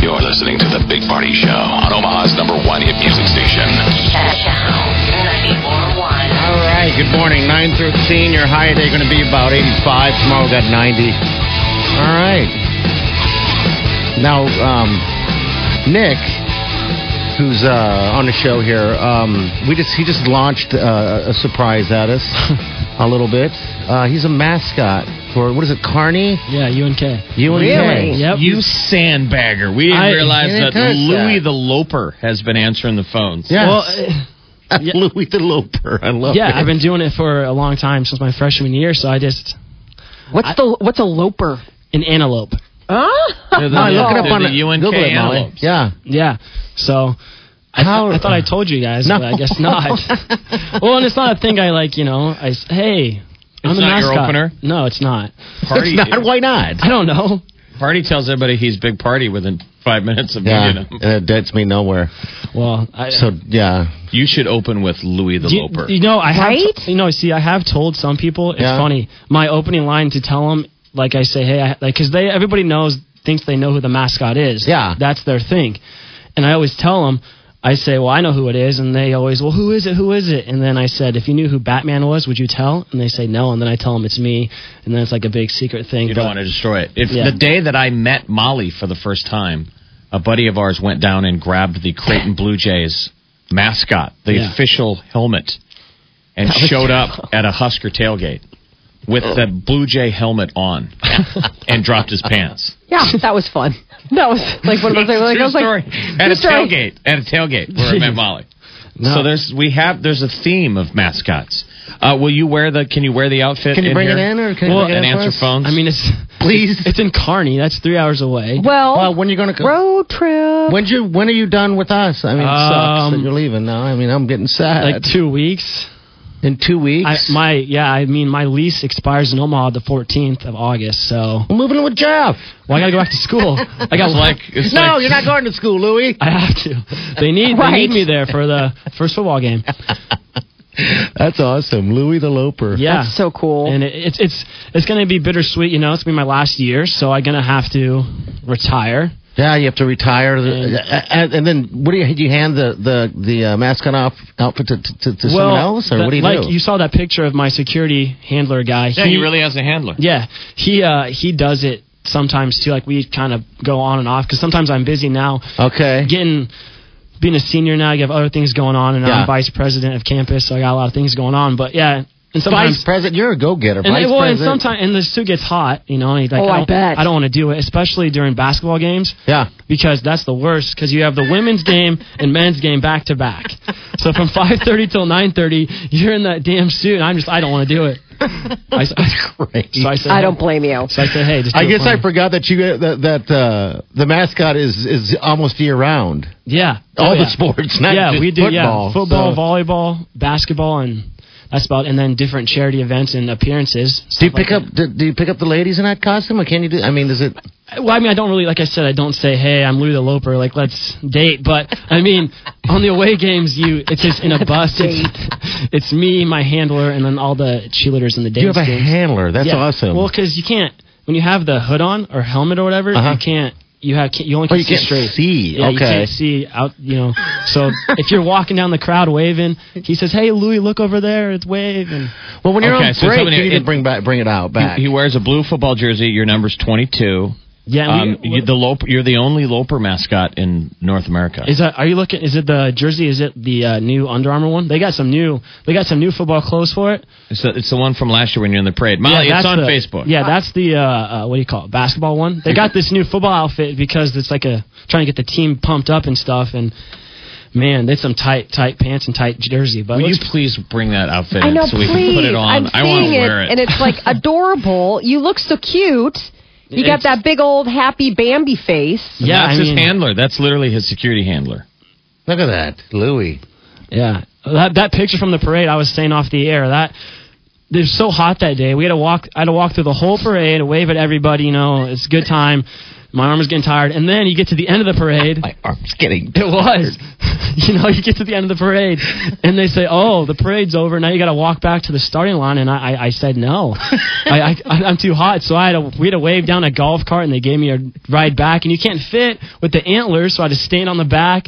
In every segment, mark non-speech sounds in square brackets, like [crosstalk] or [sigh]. You're listening to The Big Party Show on Omaha's number one hit music station. All right, good morning. 913, your high today going to be about 85. Tomorrow we got 90. All right. Now, um, Nick, who's uh, on the show here, um, we just he just launched uh, a surprise at [laughs] us a little bit. Uh, he's a mascot for, what is it, Carney? Yeah, UNK. You and Really? Yep. You sandbagger. We didn't I- realize didn't that touch Louis that. the Loper has been answering the [laughs] phones. Yes. Well, uh, yeah. [laughs] Louis the Loper. I love yeah, it. I've been doing it for a long time since my freshman year, so I just What's the what's a loper? an antelope. They're the, Oh, I look it up they're on the the- UNK Google it, Molly. antelopes. Yeah. Yeah. So I, How- th- I thought I told you guys, No. but I guess not. [laughs] well, and it's not a thing I like, you know. I s- hey, I'm It's the not your mascot. opener? No, it's not. Party, It's not, why not? I don't know. party tells everybody he's Big Party within five minutes of Yeah, meeting him. and it gets me nowhere. Well, I, So yeah, You should open with Louis the you, Loper. you know, I have Right? you know, see, I have told some people. It's Yeah. funny. My opening line to tell them, like I say, hey, I, like because they everybody knows thinks they know who the mascot is. Yeah. that's their thing. And I always tell them, I say, well, I know who it is, and they always, well, who is it? Who is it? And then I said, if you knew who Batman was, would you tell? And they say no, and then I tell them it's me, and then it's like a big secret thing. You don't want to destroy it. If Yeah. the day that I met Molly for the first time, a buddy of ours went down and grabbed the Creighton Blue Jays mascot, the Yeah. official helmet, and showed up at a Husker tailgate with the Blue Jay helmet on and dropped his pants. Yeah, that was fun. That was like one of those things. Like, I True was like, story. At true a story. tailgate. At a tailgate where I met Molly. So there's we have there's a theme of mascots. Uh, will you wear the can you wear the outfit? Can you bring it here? in, or can you well, bring it and in for answer us? phones? I mean, it's Please. it's in Kearney. That's three hours away. Well, well, uh, when are you gonna come? road trip. When you when are you done with us? I mean, it sucks that Um, you're leaving now. I mean, I'm getting sad. Like two weeks. in two weeks, I, my yeah, I mean my lease expires in Omaha the 14th of August, so I'm moving in with Jeff. well, I gotta go back to school. I [laughs] got it's like it's No, like- you're not going to school, Louie. I have to. They need they Right. need me there for the first football game. That's awesome, Louie the Loper. Yeah, That's so cool. and it, it's it's it's gonna be bittersweet. You know, it's gonna be my last year, so I'm gonna have to retire. yeah. You have to retire, uh, And- and, and then what do you? Do you hand the the the uh, mascot off outfit to to, to someone else, or that- what do you like do? you saw that picture of my security handler guy. Yeah, he really has a handler. Yeah, he uh, he does it sometimes too. Like we kind of go on and off because sometimes I'm busy now. okay. getting being a senior now, you have other things going on, and Yeah. I'm vice president of campus, so I got a lot of things going on. But yeah, and sometimes Vice president, you're a go-getter. and, Vice well, and president. sometimes and this too gets hot, you know. And he's like, Oh, I don't, bet. I don't want to do it, especially during basketball games yeah. because that's the worst because you have the women's game and men's game back to back. So from [laughs] 5:30 till 9:30, you're in that damn suit. And I'm just, I don't want to do it. I, s- Great. so I said, I don't blame you. So I said, hey, just. Do I it guess for I me." forgot that you that, that uh, the mascot is is almost year round. Yeah. All Oh, the yeah. sports, not yeah, just we do. football. yeah, football, So- volleyball, basketball, and that's about. And then different charity events and appearances. Do you stuff like pick up do, do you pick up the ladies in that costume, or can you do? I mean, is it? that. Well, I mean, I don't really like. I said, I don't say, "Hey, I'm Louis the Loper." Like, let's date. But I mean, [laughs] on the away games, you it's just in a bus. It's, [laughs] it's me, my handler, and then all the cheerleaders and the dance You have a teams. handler. That's Yeah. awesome. Well, because you can't when you have the hood on or helmet or whatever, Uh-huh. you can't. You have you only oh, can you see can't straight. see. Yeah, okay. you can't see out, you know. So if you're walking down the crowd waving, he says, "Hey, Louis, look over there. It's wave." And well, when you're Okay, on so break, somebody- you need to it- bring back bring it out back. He, he wears a blue football jersey. Your number's 22. yeah, and Um, we- you, the Loper, you're the only Loper mascot in North America. is that? Are you looking? Is it the jersey? Is it the uh, new Under Armour one? They got some new. They got some new football clothes for it. It's the, it's the one from last year when you're in the parade. Yeah, Molly, Oh, it's that's on the- Facebook. Yeah, that's the uh, uh, what do you call it? Basketball one. They got this new football outfit because it's like a trying to get the team pumped up and stuff. And man, they had some tight tight pants and tight jersey. But it Will you looks- please bring that outfit I know, in so we please. can put it on? I'm I want [laughs] seeing to wear it, it. and it's like adorable. You look so cute. He got It's- that big old happy Bambi face. Yeah, That's I his mean, handler. That's literally his security handler. Look at that, Louis. Yeah, that that picture from the parade, I was saying off the air that. It was so hot that day. We had to walk. I had to walk through the whole parade, wave at everybody. You know, it's a good time. My arm was getting tired, and then you get to the end of the parade. My arm's getting. It was. [laughs] you know, you get to the end of the parade, and they say, "Oh, the parade's over. Now you got to walk back to the starting line." And I, I, I said, "No, I, I, I'm too hot." So I had a, we had to wave down a golf cart, and they gave me a ride back. And you can't fit with the antlers, so I had to stand on the back.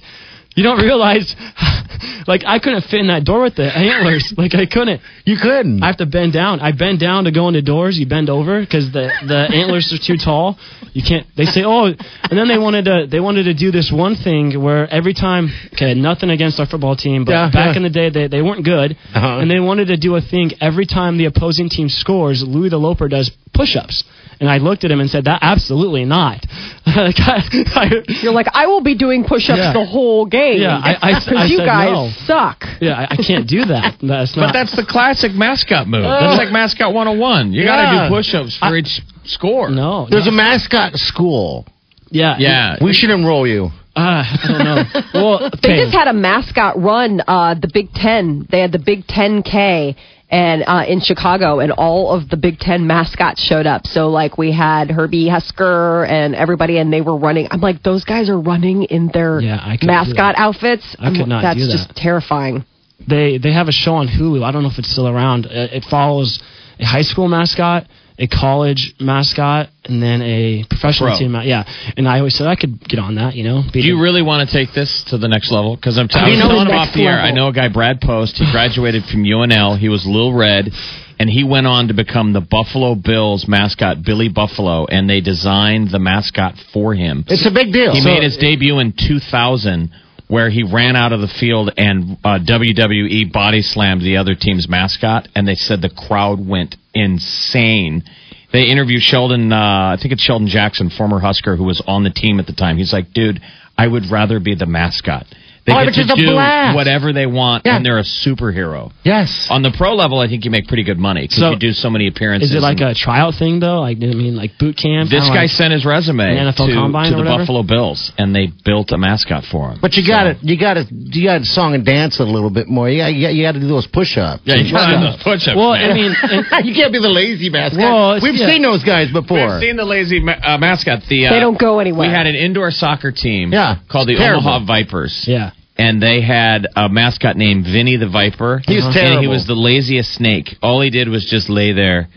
You don't realize, [laughs] like I couldn't fit in that door with the antlers. Like I couldn't. You couldn't. I have to bend down. I bend down to go into doors. You bend over because the the antlers are too tall. You can't. They say, oh, and then they wanted to they wanted to do this one thing where every time, okay, nothing against our football team, but Yeah, back yeah. in the day they they weren't good, Uh-huh. and they wanted to do a thing every time the opposing team scores, Louis the Loper does push-ups. And I looked at him and said, "That absolutely not." [laughs] like I, I, You're like, I will be doing push-ups Yeah. the whole game. Yeah, I- [laughs] I- I because you said guys no. suck. yeah, I, I can't do that. That's not. But that's the classic mascot move. That's like mascot 101. You got Yeah. to do push-ups for each score. no. There's no. a mascot school. yeah. Yeah. We should enroll you. Uh, I don't know. Well, They okay. just had a mascot run, uh, the Big Ten. They had the Big Ten K and uh, in Chicago, and all of the Big Ten mascots showed up. So like we had Herbie Husker and everybody, and they were running. I'm like, those guys are running in their Yeah, I couldn't do mascot that. outfits. I could I'm- not That's do that. just terrifying. they they have a show on Hulu. I don't know if it's still around. Uh, It, it follows a high school mascot, a college mascot, and then a professional Pro. team. ma- Yeah, and I always said I could get on that. You know, be Do you the- really want to take this to the next level? Because I'm t- I You was know, telling the him next off the air. I level. know a guy, Brad Post. He graduated from UNL. He was Lil Red, and he went on to become the Buffalo Bills mascot, Billy Buffalo, and they designed the mascot for him. It's a big deal. He So- made his debut in 2000, where he ran out of the field and uh, WWE body slammed the other team's mascot, and they said the crowd went insane. They interviewed Sheldon, uh, I think it's Sheldon Jackson, former Husker, who was on the team at the time. He's like, dude, I would rather be the mascot. They Oh, get which is to a do blast. whatever they want, Yeah. and they're a superhero. yes. On the pro level, I think you make pretty good money because So- you do so many appearances. Is it like and- a tryout thing though? Like I mean, like boot camp. this kinda guy like- sent his resume An NFL to, combine to or the whatever? Buffalo Bills, and they built a mascot for him. But you got to You got to You got to song and dance a little bit more. You got. You got to do those push-ups. Yeah, you gotta do those push-ups, Well, man. I [laughs] mean, [laughs] and- you can't be the lazy mascot. Well, it's- We've yeah. seen those guys before. We've seen the lazy ma- uh, mascot. The, uh, They don't go anywhere. We had an indoor soccer team Yeah, called the it's terrible. Omaha Vipers. Yeah. And they had a mascot named Vinny the Viper. He was And He terrible. was the laziest snake. All he did was just lay there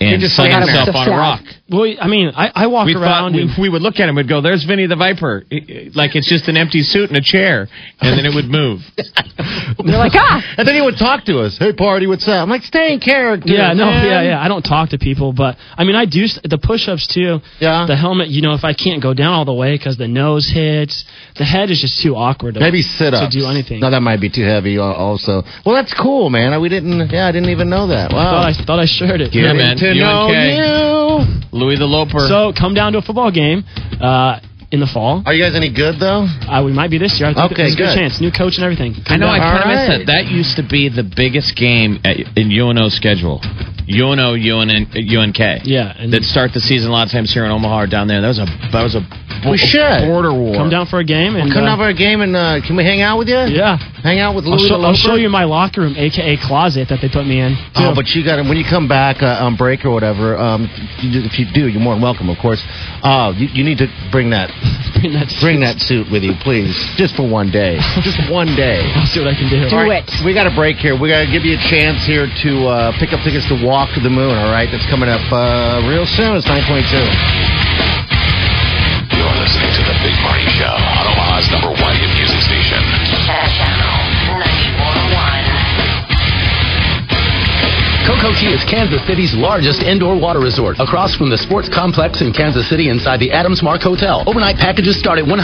and just just lay like- himself Kind of on a sad. rock. well, I mean, I, I walk We thought around we, and we would look at him and go, "There's Vinny the Viper," like it's just an empty suit and a chair, and then it would move. You're like, [laughs] ah, [laughs] And then he would talk to us. Hey, party, what's up? I'm like, stay in character. [laughs] Yeah, no, man. yeah, yeah. I don't talk to people, but I mean, I do s- the push-ups too. Yeah. The helmet, you know, if I can't go down all the way because the nose hits, the head is just too awkward. to- Maybe sit to up. do anything. No, that might be too heavy. al- Also, well, that's cool, man. We didn't. Yeah, I didn't even know that. Wow. thought I thought I shared it. Yeah, man. To know UNK. you. Louis the Loper. So come down to a football game uh, in the fall. Are you guys any good though? Uh, we might be this year. I think Okay, there's a good good. chance. New coach and everything. I know. I All kind of missed right. that. That used to be the biggest game at, in UNO's schedule. UNO, UN, UNK. Yeah, and- that start the season a lot of times here in Omaha or down there. That was a that was a bo- We should. border war. Come down for a game and Come uh, down for a game and uh, can we hang out with you? Yeah. Hang out with I'll Louis show, the I'll show Loper? you my locker room, aka closet, that they put me in. Oh, [laughs] too. but you got to when you come back uh, on break or whatever. Um, you- if you do, you're more than welcome, of course. Uh, you, you need to bring that Bring that- bring that [laughs] suit with you, please, just for one day, just one day. I'll see what I can do. Do All right, it. We got a break here. We got to give you a chance here to uh, pick up tickets to Walk the Moon. All right, that's coming up uh, real soon. It's nine twenty-two. You're listening to The Big Party Show on Omaha's number one hit music station. Cocochi is Kansas City's largest indoor water resort, across from the sports complex in Kansas City inside the Adams Mark Hotel. Overnight packages start at 100.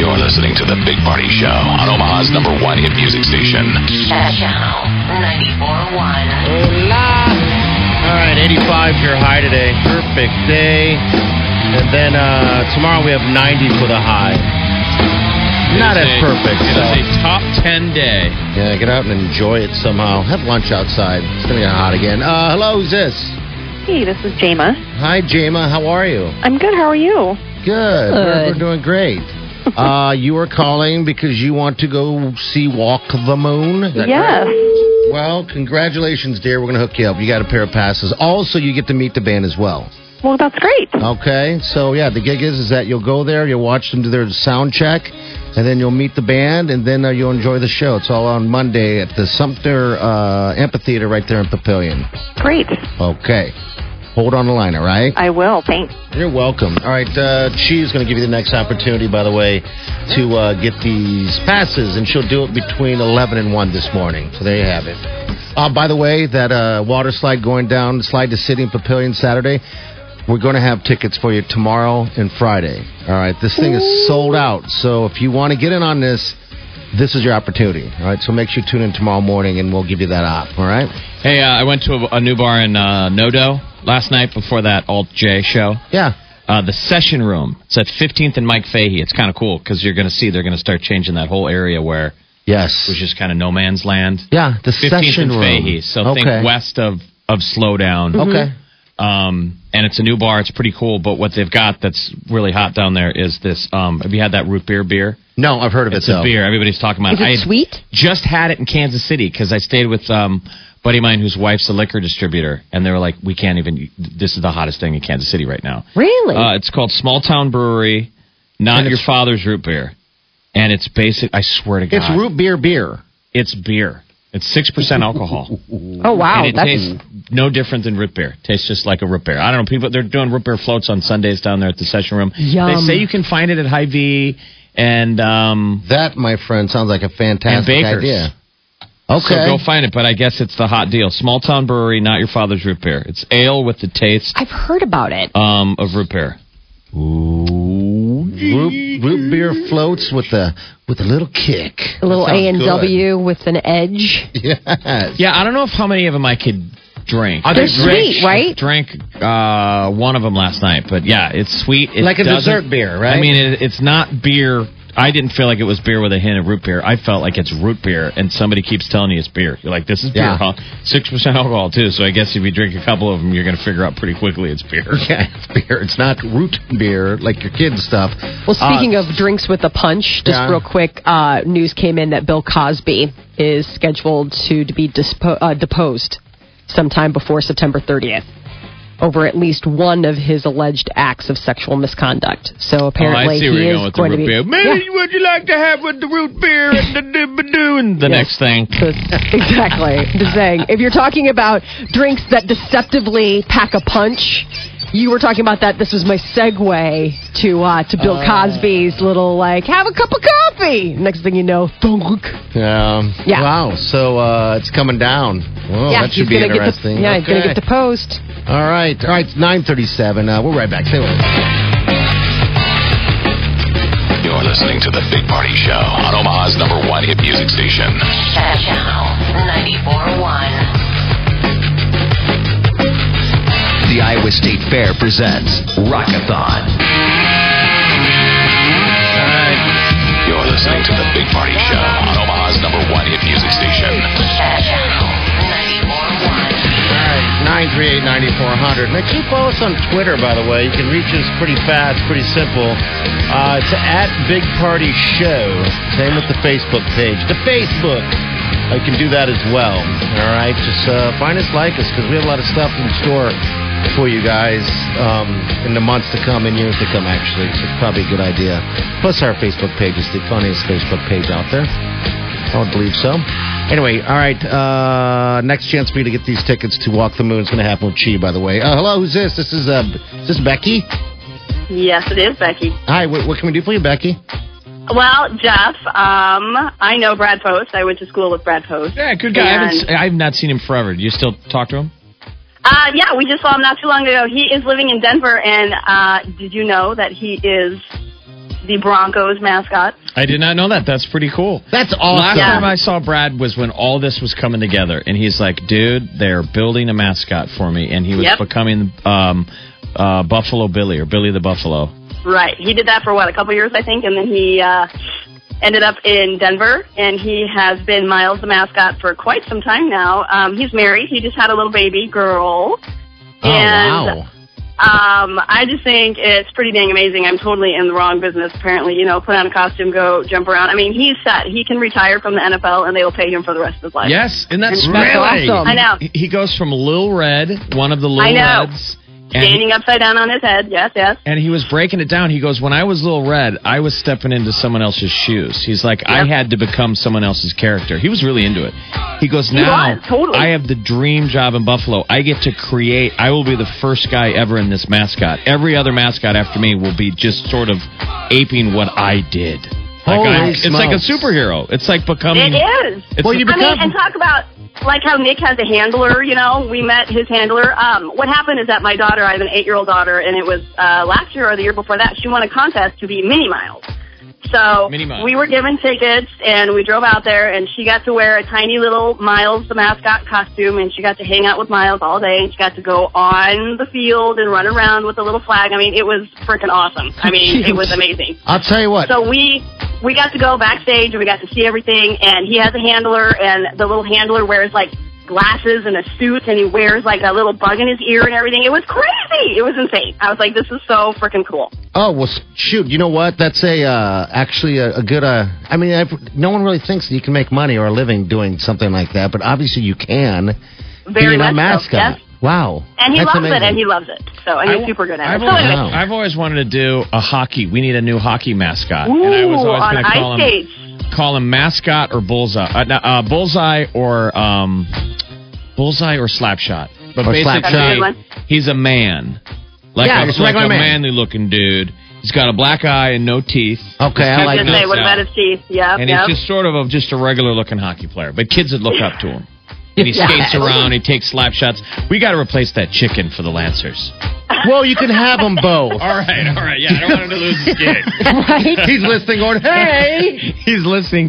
You're listening to The Big Party Show on Omaha's number one hit music station. Channel 94.1. Hola. All right, 85 is your high today. Perfect day. And then uh, tomorrow we have 90 for the high. Not as perfect. It so- is a top 10 day. Yeah, get out and enjoy it somehow. Have lunch outside. It's gonna get hot again. Uh, hello, who's this? Hey, this is Jama. Hi, Jema. How are you? I'm good. How are you? Good. We're, we're doing great. [laughs] Uh, you are calling because you want to go see Walk the Moon. Is that yes. correct? Well, congratulations, dear. We're gonna hook you up. You got a pair of passes. Also, you get to meet the band as well. Well, that's great. Okay, so yeah, the gig is is that you'll go there, you'll watch them do their sound check, and then you'll meet the band, and then uh, you'll enjoy the show. It's all on Monday at the Sumter uh, Amphitheater right there in Papillion. Great. Okay, hold on the line, all right? I will. Thanks. You're welcome. All right, uh, she is going to give you the next opportunity, by the way, to uh, get these passes, and she'll do it between 11 and 1 this morning. So there you have it. Uh, by the way, that uh, water slide going down, slide to City and Papillion Saturday, we're going to have tickets for you tomorrow and Friday. All right, this thing is sold out. So if you want to get in on this, this is your opportunity. All right, so make sure you tune in tomorrow morning, and we'll give you that op. All right? Hey, uh, I went to a, a new bar in uh, Nodo last night before that Alt J show. Yeah. Uh, the session room. It's at 15th and Mike Fahey. It's kind of cool because you're going to see they're going to start changing that whole area where it Yes. was just kind of no man's land. yeah, the 15th session and room. Fahey. So think west of, of Slowdown. Okay. Um, and it's a new bar. It's pretty cool. But what they've got that's really hot down there is this. Um, have you had that root beer beer? No, I've heard of It's it, though. a beer. Everybody's talking about Is it I had sweet? Just had it in Kansas City because I stayed with um, a buddy of mine whose wife's a liquor distributor, and they were like, "We can't even. This is the hottest thing in Kansas City right now." Really? Uh, it's called Small Town Brewery, not And your it's- father's root beer, and it's basic. I swear to God, It's root beer beer. It's beer. It's six percent alcohol. oh wow, and it that's tastes no different than root beer. Tastes just like a root beer. I don't know. People they're doing root beer floats on Sundays down there at the session room. They Yum. say you can find it at Hy V and um, That, my friend, sounds like a and fantastic Baker's. idea. So Okay. go find it, but I guess it's the hot deal. Small town brewery, not your father's root beer. It's ale with the taste I've heard about it. um, of root beer. Ooh. root, root beer floats with a with a little kick. A little That A sounds and good. W with an edge. [laughs] Yes. Yeah, I don't know if how many of them I could drink. Are they I They're drank- sweet, right? Drank uh, one of them last night, but yeah, it's sweet. It Like a doesn't- dessert beer, right? I mean, it, it's not beer. I didn't feel like it was beer with a hint of root beer. I felt like it's root beer, and somebody keeps telling you it's beer. You're like, this is beer, Yeah. huh? Six percent alcohol too. So I guess if you drink a couple of them, you're going to figure out pretty quickly it's beer. Yeah, it's [laughs] beer. It's not root beer like your kids stuff. Well, Uh, speaking of drinks with a punch, just Yeah. real quick, uh, news came in that Bill Cosby is scheduled to, be dispo- uh, deposed sometime before September 30th over at least one of his alleged acts of sexual misconduct. So [laughs] apparently oh, I see he where you're going is with the going root to be beer. Man, Yeah. would you like to have with the root beer and the dibba-doo and the next thing? [laughs] exactly. Just saying. If you're talking about drinks that deceptively pack a punch, you were talking about that. This was my segue to uh, to Oh. Bill Cosby's little like, have a cup of coffee. Next thing you know, Oh, thunk. um, Yeah. wow, so uh, it's coming down. Whoa, that should he's be gonna get the- interesting. yeah, he's gonna Okay. get the post. All right, all right. It's nine thirty-seven. Uh, we're right back. Stay with us. You're listening to The Big Party Show on Omaha's number one hit music station. The Iowa State Fair presents Rockathon. You're listening to The Big Party Show on Omaha's number one hit music station. Nine three eight ninety four hundred. Make sure you follow us on Twitter, by the way. You can reach us pretty fast, pretty simple. Uh, it's at Big Party Show. Same with the Facebook page. The Facebook. Uh, You can do that as well. All right. Just uh, find us, like us, because we have a lot of stuff in store for you guys um, in the months to come, in years to come, actually. So it's probably a good idea. Plus, our Facebook page is the funniest Facebook page out there. I don't believe so. Anyway, all right. Uh, next chance for you to get these tickets to Walk the Moon is going to happen with Chi, by the way. Uh, hello, who's this? This is uh, is this Becky. Yes, it is Becky. Hi, what, what can we do for you, Becky? Well, Jeff, um, I know Brad Post. I went to school with Brad Post. Yeah, good guy. I haven't, s- And, I've not seen him forever. Do you still talk to him? uh, yeah, we just saw him not too long ago. He is living in Denver, and uh, did you know that he is the Broncos mascot. I did not know that. That's pretty cool. That's awesome. Last Yeah. time I saw Brad was when all this was coming together, and he's like, "Dude, they're building a mascot for me," and he was Yep. becoming um, uh, Buffalo Billy or Billy the Buffalo. Right. He did that for what a couple years, I think, and then he uh, ended up in Denver, and he has been Miles the mascot for quite some time now. Um, he's married. He just had a little baby girl. Oh, and wow. um, I just think it's pretty dang amazing. I'm totally in the wrong business, apparently. You know, put on a costume, go jump around. I mean, he's set. He can retire from the NFL, and they will pay him for the rest of his life. Yes, and that's Really? awesome. I know. He- He goes from Lil Red, one of the Lil I know. Reds, and, Standing upside down on his head. Yes, yes. and he was breaking it down. He goes, "When I was Lil Red, I was stepping into someone else's shoes." He's like, "I Yep. had to become someone else's character." He was really into it. He goes, "Now was, totally. I have the dream job in Buffalo. I get to create. I will be the first guy ever in this mascot. Every other mascot after me will be just sort of aping what I did." Like Holy I'm- it's like a smokes. superhero. It's like becoming. It is. It's Well, you I mean, become- and talk about like how Nick has a handler. You know, we met his handler. Um, what happened is that my daughter, I have an eight-year-old daughter, and it was uh, last year or the year before that, she won a contest to be Minnie Miles. So Minnie Miles. we were given tickets, and we drove out there, and she got to wear a tiny little Miles the mascot costume, and she got to hang out with Miles all day, and she got to go on the field and run around with a little flag. I mean, it was freaking awesome. I mean, it [laughs] was amazing. I'll tell you what. So we we got to go backstage and we got to see everything. And he has a handler, and the little handler wears like glasses and a suit, and he wears like a little bug in his ear and everything. It was crazy. It was insane. I was like, this is so freaking cool. Oh well, s- shoot. You know what? That's a uh, actually a, a good. Uh, I mean, I've, no one really thinks that you can make money or a living doing something like that, but obviously you can. Very being much a so, mascot. yes. Wow. And he That's loves it, amazing. and he loves it. So and he's I- super good at I've it. So always, anyway, Wow. I've always wanted to do a hockey. We need a new hockey mascot, ooh, and I was always on going to call ice him skates. call him mascot or bullseye, uh, no, uh, bullseye or um, bullseye or slapshot. But Or Slapshot. That's a good one. basically, he's a man, like Yeah, a, just a like regular a man. manly looking dude. He's got a black eye and no teeth. Okay, I [laughs] His like head Just say, melts what out. about his teeth? Yep, And yep. he's just sort of a, just a regular looking hockey player, but kids would look up to him. And he Yeah. skates around. He takes slap shots. We got to replace that chicken for the Lancers. Well, you can have them [laughs] both. All right, all right. Yeah, I don't want him to lose his gig. Right? He's listening going, hey, [laughs] He's listening,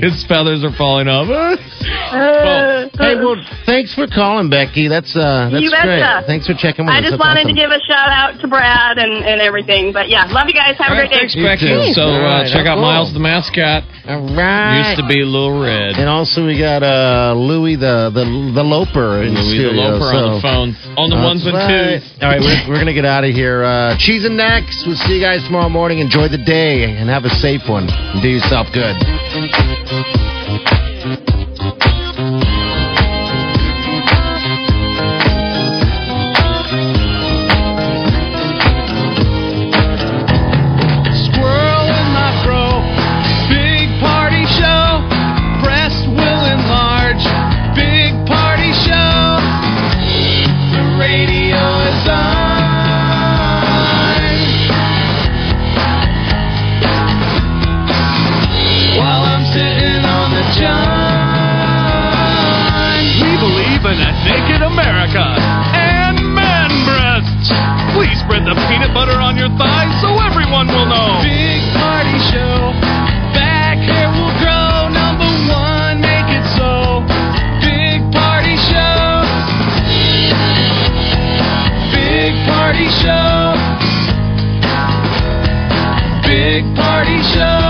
Hey! His feathers are falling off. [laughs] Well, hey. Well, thanks for calling, Becky. That's uh, that's You great. betcha. Thanks for checking with I us. just That's wanted awesome. to give a shout out to Brad and, and everything. But yeah, love you guys. Have all a right, great day. thanks, too. Becky. So All uh, right, check out cool. Miles the mascot. All right. Used to be Little Red. And also we got uh, Louis the the the Loper in Louis the studio. Loper so. on the phone. On the ones That's and right. twos. All right, we're, we're gonna get out of here. Uh, cheese and next. We'll see you guys tomorrow morning. Enjoy the day and have a safe one. And do yourself good. Squirrel in my fro. Big party show. Breast will enlarge. Big party show. The radio is on. While I'm sitting on the john. We believe in a naked America and man breasts. Please spread the peanut butter on your thighs so everyone will know. Big party show. Back hair will grow. Number one, make it so. Big party show. Big party show. Big party show.